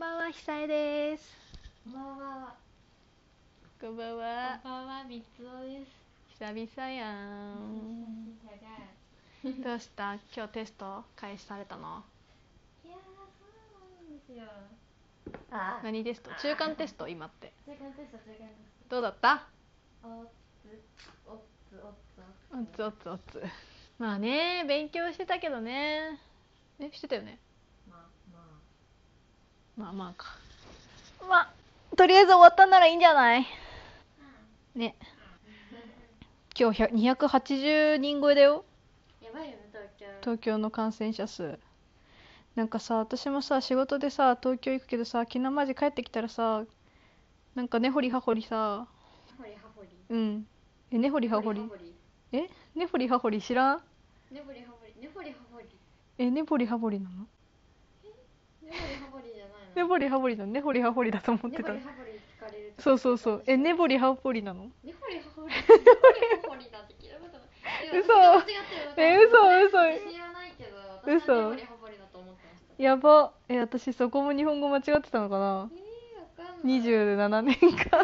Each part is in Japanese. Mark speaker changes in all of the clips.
Speaker 1: ばんは、ひさえです。
Speaker 2: こんばんは。
Speaker 1: こんばんは。
Speaker 2: こんばんは、みつおです。
Speaker 1: 久々やん。どうした今日テスト開始されたの
Speaker 2: いやー、そうなんですよ。ああ。
Speaker 1: 何テスト中間テスト今って。
Speaker 2: 中間テスト、中間テス
Speaker 1: どうだった
Speaker 2: ト。おっつ、おっつ、おっつ、
Speaker 1: おっつおっつおっつ。まあね、勉強してたけどね。え、してたよね。
Speaker 2: まあ、まあ。
Speaker 1: まあまあか。まあ、とりあえず終わったんならいいんじゃないね。今日100 280人超えだよ。
Speaker 2: やばいよね、東京。
Speaker 1: 東京の感染者数なんかさ私もさ仕事でさ東京行くけどさ昨日マジ帰ってきたらさなんか根掘り葉掘りさ
Speaker 2: ほりはほり。
Speaker 1: うんえ根掘り葉掘り
Speaker 2: ほり。
Speaker 1: え根掘り葉掘り知らん
Speaker 2: ねほりはほり。ねほりはほり。
Speaker 1: え根掘り葉掘りなの
Speaker 2: ねほりはほりじゃないの。
Speaker 1: 根掘り葉掘りなの根掘り葉掘りだと思って
Speaker 2: ねほ
Speaker 1: た
Speaker 2: りはほり聞かれると
Speaker 1: そうそうそうえ根
Speaker 2: ね
Speaker 1: 掘り葉掘りなの
Speaker 2: ほりはほり。ねほりはほりなんて聞いたことない。
Speaker 1: 嘘
Speaker 2: いや私間違ってる
Speaker 1: え嘘嘘
Speaker 2: 私知らないけど、私はね
Speaker 1: 嘘
Speaker 2: ほりはほりだと思ってました。
Speaker 1: やばえ私そこも日本語間違ってたのかな
Speaker 2: えー、わかんな
Speaker 1: 27
Speaker 2: い。
Speaker 1: 年 間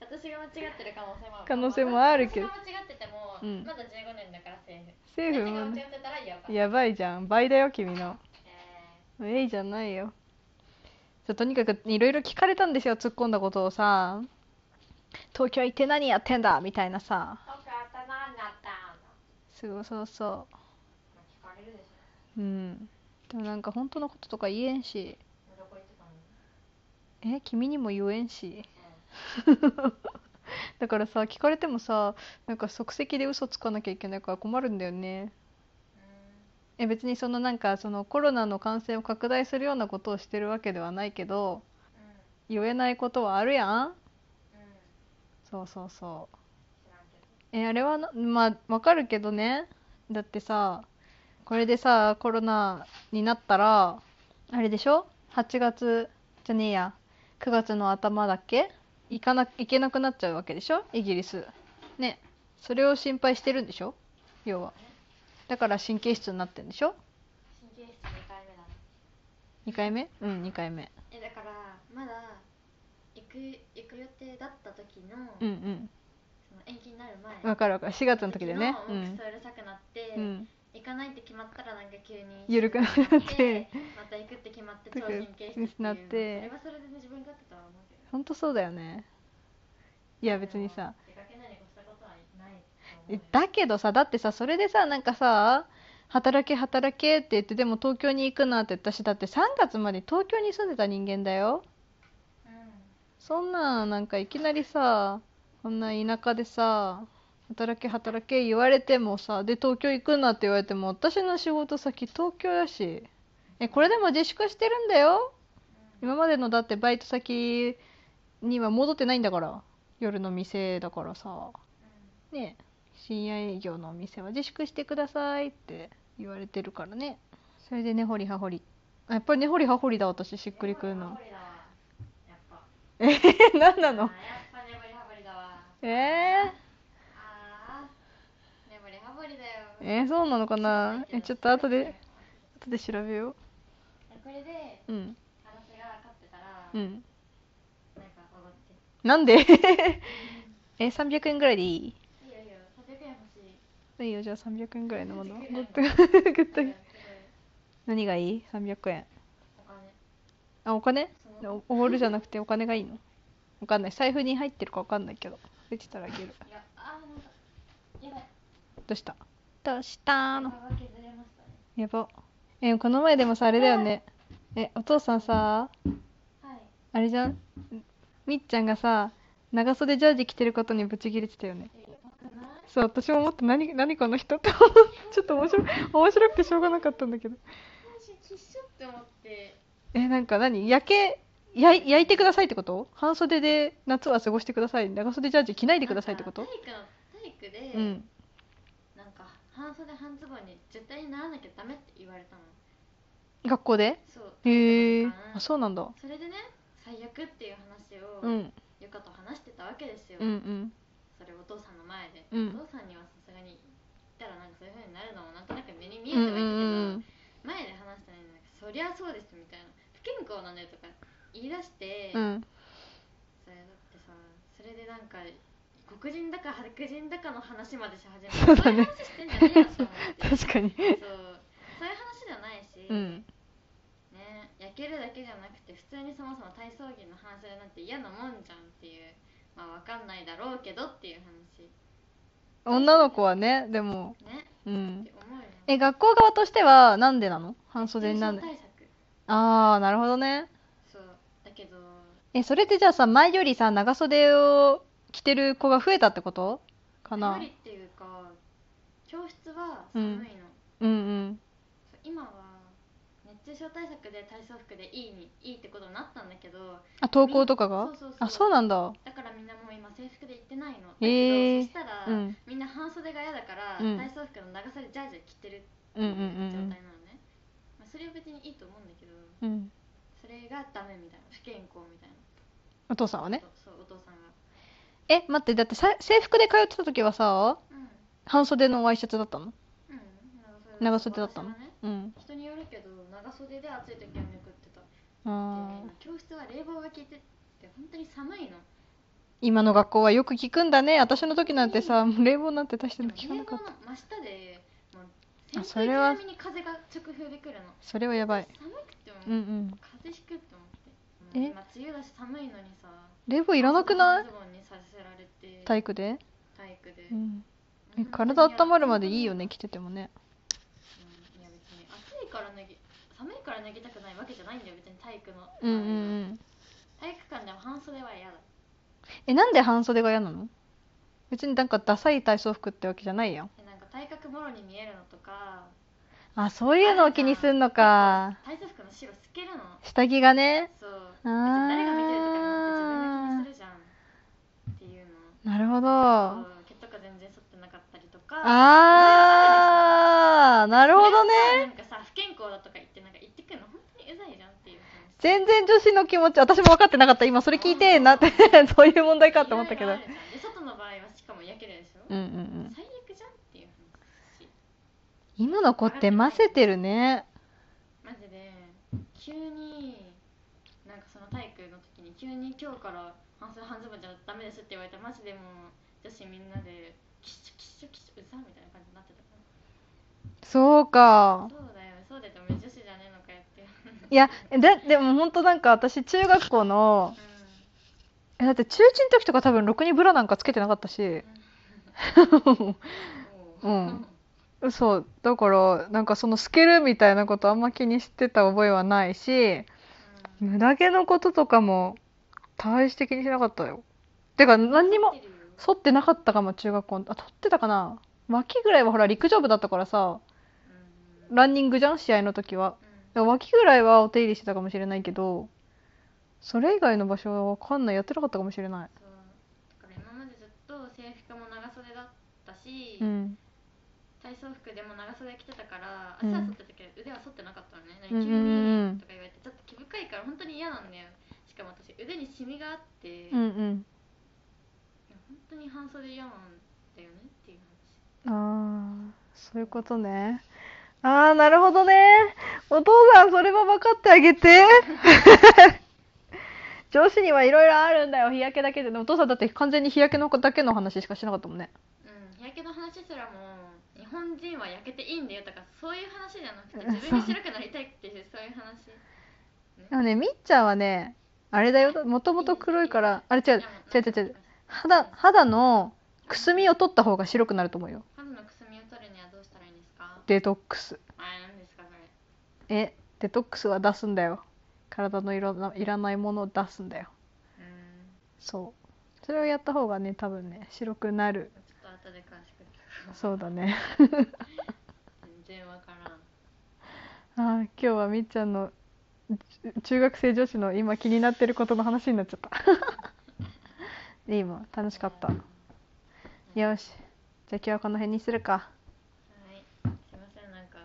Speaker 2: 私が間違ってる可能性もある
Speaker 1: 可能性もあるけど
Speaker 2: 私が間違ってても、
Speaker 1: うん
Speaker 2: まだ15年だからセーフ
Speaker 1: セーフ
Speaker 2: 私が
Speaker 1: も
Speaker 2: 間違
Speaker 1: ね
Speaker 2: ってたらやばい
Speaker 1: やばいじゃん倍だよ君の
Speaker 2: え
Speaker 1: えいじゃないよじゃあとにかくいろいろ聞かれたんですよ突っ込んだことをさ東京行って何やってんだみたいなさ
Speaker 2: ー、僕は頭になったの
Speaker 1: すごいそうそ
Speaker 2: まあ聞かれるでしょ
Speaker 1: ううんでもなんか本当のこととか言えんし
Speaker 2: どこ行ってたのう
Speaker 1: え君にも言えんし
Speaker 2: ん
Speaker 1: だからさ聞かれてもさなんか即席で嘘つかなきゃいけないから困るんだよねえ別にそのなんかそのコロナの感染を拡大するようなことをしてるわけではないけど
Speaker 2: うん
Speaker 1: 言えないことはあるやん
Speaker 2: うんうん
Speaker 1: そうそうそう
Speaker 2: 知らんけど
Speaker 1: えあれはなまあわかるけどねだってさこれでさコロナになったらあれでしょ8月じゃねえや9月の頭だっけ行かな行けなくなっちゃうわけでしょイギリスねそれを心配してるんでしょ要はだから神経質になってんでしょ
Speaker 2: 神経質2回目だ
Speaker 1: 2回目うん2回目
Speaker 2: えだからまだ行く行く予定だった時の,、
Speaker 1: うん
Speaker 2: その延期になる
Speaker 1: うんわ
Speaker 2: 前
Speaker 1: かるわかる4月の時でねう
Speaker 2: のもうんクソうるさくなって、
Speaker 1: うん
Speaker 2: 行かないって決まったらなんか急に
Speaker 1: 緩くなって
Speaker 2: また行くって決まって
Speaker 1: と
Speaker 2: 超
Speaker 1: か
Speaker 2: 神経質っていう
Speaker 1: なって
Speaker 2: それはそれで、ね、自分勝手とは思うけど
Speaker 1: ほんとそうだよねいや別にさ
Speaker 2: でも出かけないに越したことはないと思う
Speaker 1: え
Speaker 2: よ
Speaker 1: だけどさだってさそれでさなんかさ働け働けって言ってでも東京に行くなって私だって3月まで東京に住んでた人間だよ
Speaker 2: う
Speaker 1: そんななんかいきなりさこんな田舎でさ働け働け言われてもさで東京行くなって言われても私の仕事先東京だしえこれでも自粛してるんだよ
Speaker 2: んうん
Speaker 1: 今までのだってバイト先には戻ってないんだから夜の店だからさね深夜営業のお店は自粛してくださいって言われてるからねそれで根掘り葉掘りあやっぱり根掘り葉掘りだ私しっくりくるの
Speaker 2: 根掘り葉掘りだわやっぱ
Speaker 1: え何な
Speaker 2: あーやっ
Speaker 1: の
Speaker 2: ぱ根掘り葉掘りだわ
Speaker 1: えー、
Speaker 2: あー根掘り葉掘りだよ
Speaker 1: えー、そうなのかなえちょっと後で
Speaker 2: え
Speaker 1: 後で調べよ
Speaker 2: これで
Speaker 1: ううん
Speaker 2: 私が勝ってたら、
Speaker 1: う
Speaker 2: なんか
Speaker 1: ん
Speaker 2: おごって
Speaker 1: なんで え300円ぐらいでいい
Speaker 2: いいよいいよ300円欲しい
Speaker 1: いいよじゃあ300円ぐらいのもの
Speaker 2: 300
Speaker 1: 持っ
Speaker 2: 円
Speaker 1: てグッ
Speaker 2: すご
Speaker 1: と
Speaker 2: い
Speaker 1: 何がいい300円
Speaker 2: お金
Speaker 1: あお金
Speaker 2: その
Speaker 1: おおごるじゃなくてお金がいいのわかんない財布に入ってるかわかんないけど出てたらあげる
Speaker 2: いや、あー、なんか、やばい。
Speaker 1: どうしたどうしたの
Speaker 2: 幅が削れましたね。
Speaker 1: やばえこの前でもさあれだよねえお父さんさ
Speaker 2: はい。
Speaker 1: あれじゃんみっちゃんがさ長袖ジャージ着てることにブチ切れてたよね
Speaker 2: え、うまくない。
Speaker 1: そう私も思って何何この人ってちょっと面白い面白くてしょうがなかったんだけど
Speaker 2: 最初、必勝って思って。
Speaker 1: えなんか何焼けやい焼いてくださいってこと半袖で夏は過ごしてください長袖ジャージ着ないでくださいってこと
Speaker 2: なんか体育の、体育で、
Speaker 1: うん
Speaker 2: なんか、半袖半ズボンに絶対にならなきゃダメって言われたの。
Speaker 1: 学校で
Speaker 2: そう。
Speaker 1: へえ
Speaker 2: 体育の時間
Speaker 1: あそうなんだ
Speaker 2: それでね、最悪っていう話を、
Speaker 1: うん
Speaker 2: ゆかと話してたわけですよ。
Speaker 1: うんうん
Speaker 2: それ、お父さんの前で、
Speaker 1: うん
Speaker 2: お父さんにはさすがに。言ったら、なんか、そういう風になるのも、なんとなく目に見え
Speaker 1: うん
Speaker 2: て
Speaker 1: うんうん
Speaker 2: はいるけど。前で話したのになんかそりゃそうですみたいな不健康なねとか言い出して、
Speaker 1: うん
Speaker 2: それだってさそれでなんか黒人だか白人だかの話までし 始め
Speaker 1: そう
Speaker 2: て
Speaker 1: だね
Speaker 2: そういう話してんじゃねえよって思って
Speaker 1: 確かに
Speaker 2: そうそういう話じゃないし、
Speaker 1: うん
Speaker 2: ね焼けるだけじゃなくて普通にそもそも体操着の半袖なんて嫌なもんじゃんっていうまあわかんないだろうけどっていう話
Speaker 1: 女の子はねでも
Speaker 2: ね
Speaker 1: う
Speaker 2: っ
Speaker 1: ん
Speaker 2: て思うよ
Speaker 1: え学校側としてはなんでなの半袖
Speaker 2: 熱
Speaker 1: にな
Speaker 2: 中
Speaker 1: ん
Speaker 2: 症
Speaker 1: で
Speaker 2: 対策
Speaker 1: ああなるほどね
Speaker 2: そうだけど
Speaker 1: えそれってじゃあさ前よりさ長袖を着てる子が増えたってことか
Speaker 2: 無
Speaker 1: な
Speaker 2: 理っていうか教室は寒いの、
Speaker 1: うんうん
Speaker 2: そう今は熱中症対策で体操服でいいにいいってことになったんだけど
Speaker 1: あ登校とかが
Speaker 2: そうそうそう
Speaker 1: あそうなんだ
Speaker 2: だからみんなもう今制服で行ってないのだけど、
Speaker 1: へー
Speaker 2: そしたら、
Speaker 1: うん
Speaker 2: みんな半袖が嫌だから、
Speaker 1: うん
Speaker 2: 体操服の長袖ジャージを着てるって
Speaker 1: うんう
Speaker 2: い
Speaker 1: ん
Speaker 2: う
Speaker 1: う
Speaker 2: 状態なの
Speaker 1: ん
Speaker 2: ね、まあ、それは別にいいと思うんだけど
Speaker 1: うんうん
Speaker 2: それがダメみたいな不健康みたいな
Speaker 1: お父さんはね
Speaker 2: そうお父さんが
Speaker 1: え待ってだってさ制服で通ってた時はさ
Speaker 2: うん
Speaker 1: 半袖のワイシャツだったの
Speaker 2: うん
Speaker 1: 長袖だったの
Speaker 2: 私はね
Speaker 1: うん
Speaker 2: 人によるけど長袖で暑い時はめくってたで
Speaker 1: あー
Speaker 2: 教室は冷房が効いてて本当に寒いの
Speaker 1: 今の学校はよく聞くんだね私の時なんてさもう冷房なんて出して
Speaker 2: で
Speaker 1: る
Speaker 2: も
Speaker 1: の聞かな
Speaker 2: 冷
Speaker 1: か
Speaker 2: 房
Speaker 1: った
Speaker 2: の真下でもう
Speaker 1: あ
Speaker 2: 扇
Speaker 1: それ
Speaker 2: 風
Speaker 1: は
Speaker 2: 機並みに風が直風で来るの
Speaker 1: それはやばい
Speaker 2: 寒くても、
Speaker 1: うんうん
Speaker 2: 風邪ひくって思って
Speaker 1: え
Speaker 2: もう今梅雨だし寒いのにさ
Speaker 1: 冷房いらなくない
Speaker 2: ズボンにさせられて
Speaker 1: 体育で
Speaker 2: 体育で、
Speaker 1: うん
Speaker 2: う
Speaker 1: え
Speaker 2: ん
Speaker 1: 体温まるまでいいよね
Speaker 2: うん
Speaker 1: 着ててもね
Speaker 2: いや別に暑いから脱ぎ寒いから脱ぎたくないわけじゃないんだよ別に体育の、
Speaker 1: うんうんうん
Speaker 2: 体育館でも半袖は嫌だ
Speaker 1: えなんで半袖が嫌なの別になんかダサい体操服ってわけじゃないやん
Speaker 2: えなんか体格もろに見えるのとか
Speaker 1: あそういうのを気にすんのか
Speaker 2: 体操服の白透けるの
Speaker 1: 下着がね
Speaker 2: そう
Speaker 1: あ
Speaker 2: 誰が見てるとかなんて自分が気に
Speaker 1: ー
Speaker 2: するじゃんっていうの
Speaker 1: なるほど
Speaker 2: そう毛とか全然剃ってなかったりとか
Speaker 1: あーなるほどね
Speaker 2: なんかさ不健康だとか言ってなんか言ってくるの本当にうざいじゃんっていう話
Speaker 1: 全然女子の気持ち私も分かってなかった今それ聞いてなって そういう問題かって思ったけど
Speaker 2: いろいろあるじゃんで外の場合はしかも焼けるでしょ、
Speaker 1: うんうんうん
Speaker 2: 最悪じゃんっていう話
Speaker 1: 今の子って混ぜてるね
Speaker 2: マジで急になんかその体育の時に急に今日から半袖半ズボンじゃダメですって言われてマジでもう女子みんなでキッシュキッシュキッシュうざみたいな感じになってたから
Speaker 1: そうか
Speaker 2: そうだよそうだよお前女子じゃねえのかよっていう
Speaker 1: いやででも本当なんか私中学校のえだって中1の時とか多分ろくにブラなんかつけてなかったし
Speaker 2: うんお
Speaker 1: うんそうだからなんかその透けるみたいなことあんま気にしてた覚えはないし
Speaker 2: うん
Speaker 1: 無駄毛のこととかも大して気にしなかったよてか何にも
Speaker 2: 見てるよ
Speaker 1: 剃ってなかったかも中学校のあ剃ってたかな脇ぐらいはほら陸上部だったからさ
Speaker 2: うん
Speaker 1: ランニングじゃん試合の時は
Speaker 2: うん
Speaker 1: だから脇ぐらいはお手入れしてたかもしれないけどそれ以外の場所は分かんないやってなかったかもしれな
Speaker 2: そうだから今までずっと制服も長袖だったし、
Speaker 1: いうん
Speaker 2: 体操服でも長袖着てたから
Speaker 1: うん
Speaker 2: 足は剃ってたけど腕は剃ってなかったのね、
Speaker 1: うんうんう
Speaker 2: 急
Speaker 1: んうん
Speaker 2: にとか言われてちょっと毛深いから本当に嫌なんだよしかも私腕にシミがあって、
Speaker 1: う
Speaker 2: いや
Speaker 1: ん
Speaker 2: 本当に半袖嫌なんだよねっていう
Speaker 1: うん
Speaker 2: 話
Speaker 1: ああそういうことねああなるほどねお父さんそれは分かってあげて 上司にはいろいろあるんだよ日焼けだけででもお父さんだって完全に日焼けのだけの話しかしなかったもんね
Speaker 2: うん日焼けの話すらもう日本人は焼けていいんだよとかそういう話じゃなくて自分に白くなりたいっていうそういう話
Speaker 1: でもねみっちゃんはねあれだよもともと黒いからあれ違う違う違う違う肌肌のくすみを取った方が白くなると思うよ
Speaker 2: 肌のくすみを取るにはどうしたらいいんですか
Speaker 1: デトックス
Speaker 2: あー何ですかそれ
Speaker 1: えデトックスは出すんだよ体のいろないらないものを出すんだよ
Speaker 2: うん
Speaker 1: そうそれをやった方がね多分ね白くなる
Speaker 2: ちょっと後で詳しく聞く
Speaker 1: そうだね
Speaker 2: 全然わからん
Speaker 1: あー今日はみっちゃんのち中学生女子の今気になってることの話になっちゃった で今楽しかったよしじゃあ今日はこの辺にするか
Speaker 2: はい、すいません、なんか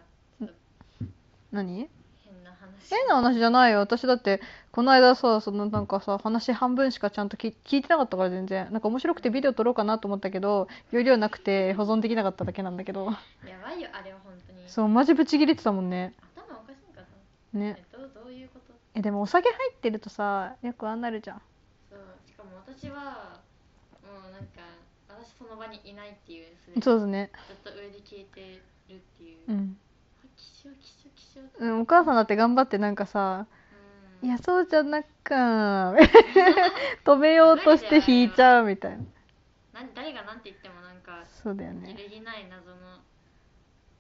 Speaker 1: 何
Speaker 2: 変な話。
Speaker 1: 変な話じゃないよ私だってこの間さそのなんかさ話半分しかちゃんと聞聞いてなかったから全然なんか面白くてビデオ撮ろうかなと思ったけど容量なくて保存できなかっただけなんだけど
Speaker 2: やばいよ、あれは本当に。
Speaker 1: そうマジブチ切れてたもんね
Speaker 2: 頭おかしいんかな。
Speaker 1: ね
Speaker 2: え、どう、どういうこと。
Speaker 1: えでもお酒入ってるとさよくあんなるじゃん
Speaker 2: そうしかも私はもうなんか私その場にいないっていうそれ
Speaker 1: そうですね
Speaker 2: ずっと上で聞いてるっていう、
Speaker 1: う
Speaker 2: あ
Speaker 1: ん、
Speaker 2: きしょきしょきしょって
Speaker 1: うん、お母さんだって頑張ってなんかさ「
Speaker 2: う
Speaker 1: い
Speaker 2: ん
Speaker 1: やそうじゃなくん」 止めようとして引いちゃうみたいな
Speaker 2: なん誰がなんて言ってもなんか
Speaker 1: そうだよ
Speaker 2: 揺
Speaker 1: ね
Speaker 2: るぎない謎の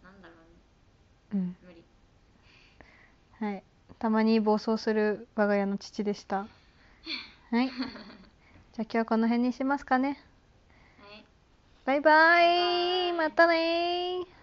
Speaker 2: なんだろうね
Speaker 1: うん
Speaker 2: 無理
Speaker 1: はいたまに暴走する我が家の父でした はいじゃあ今日はこの辺にしますかね
Speaker 2: はい
Speaker 1: バイバ
Speaker 2: バイバ
Speaker 1: イ
Speaker 2: イ
Speaker 1: またねー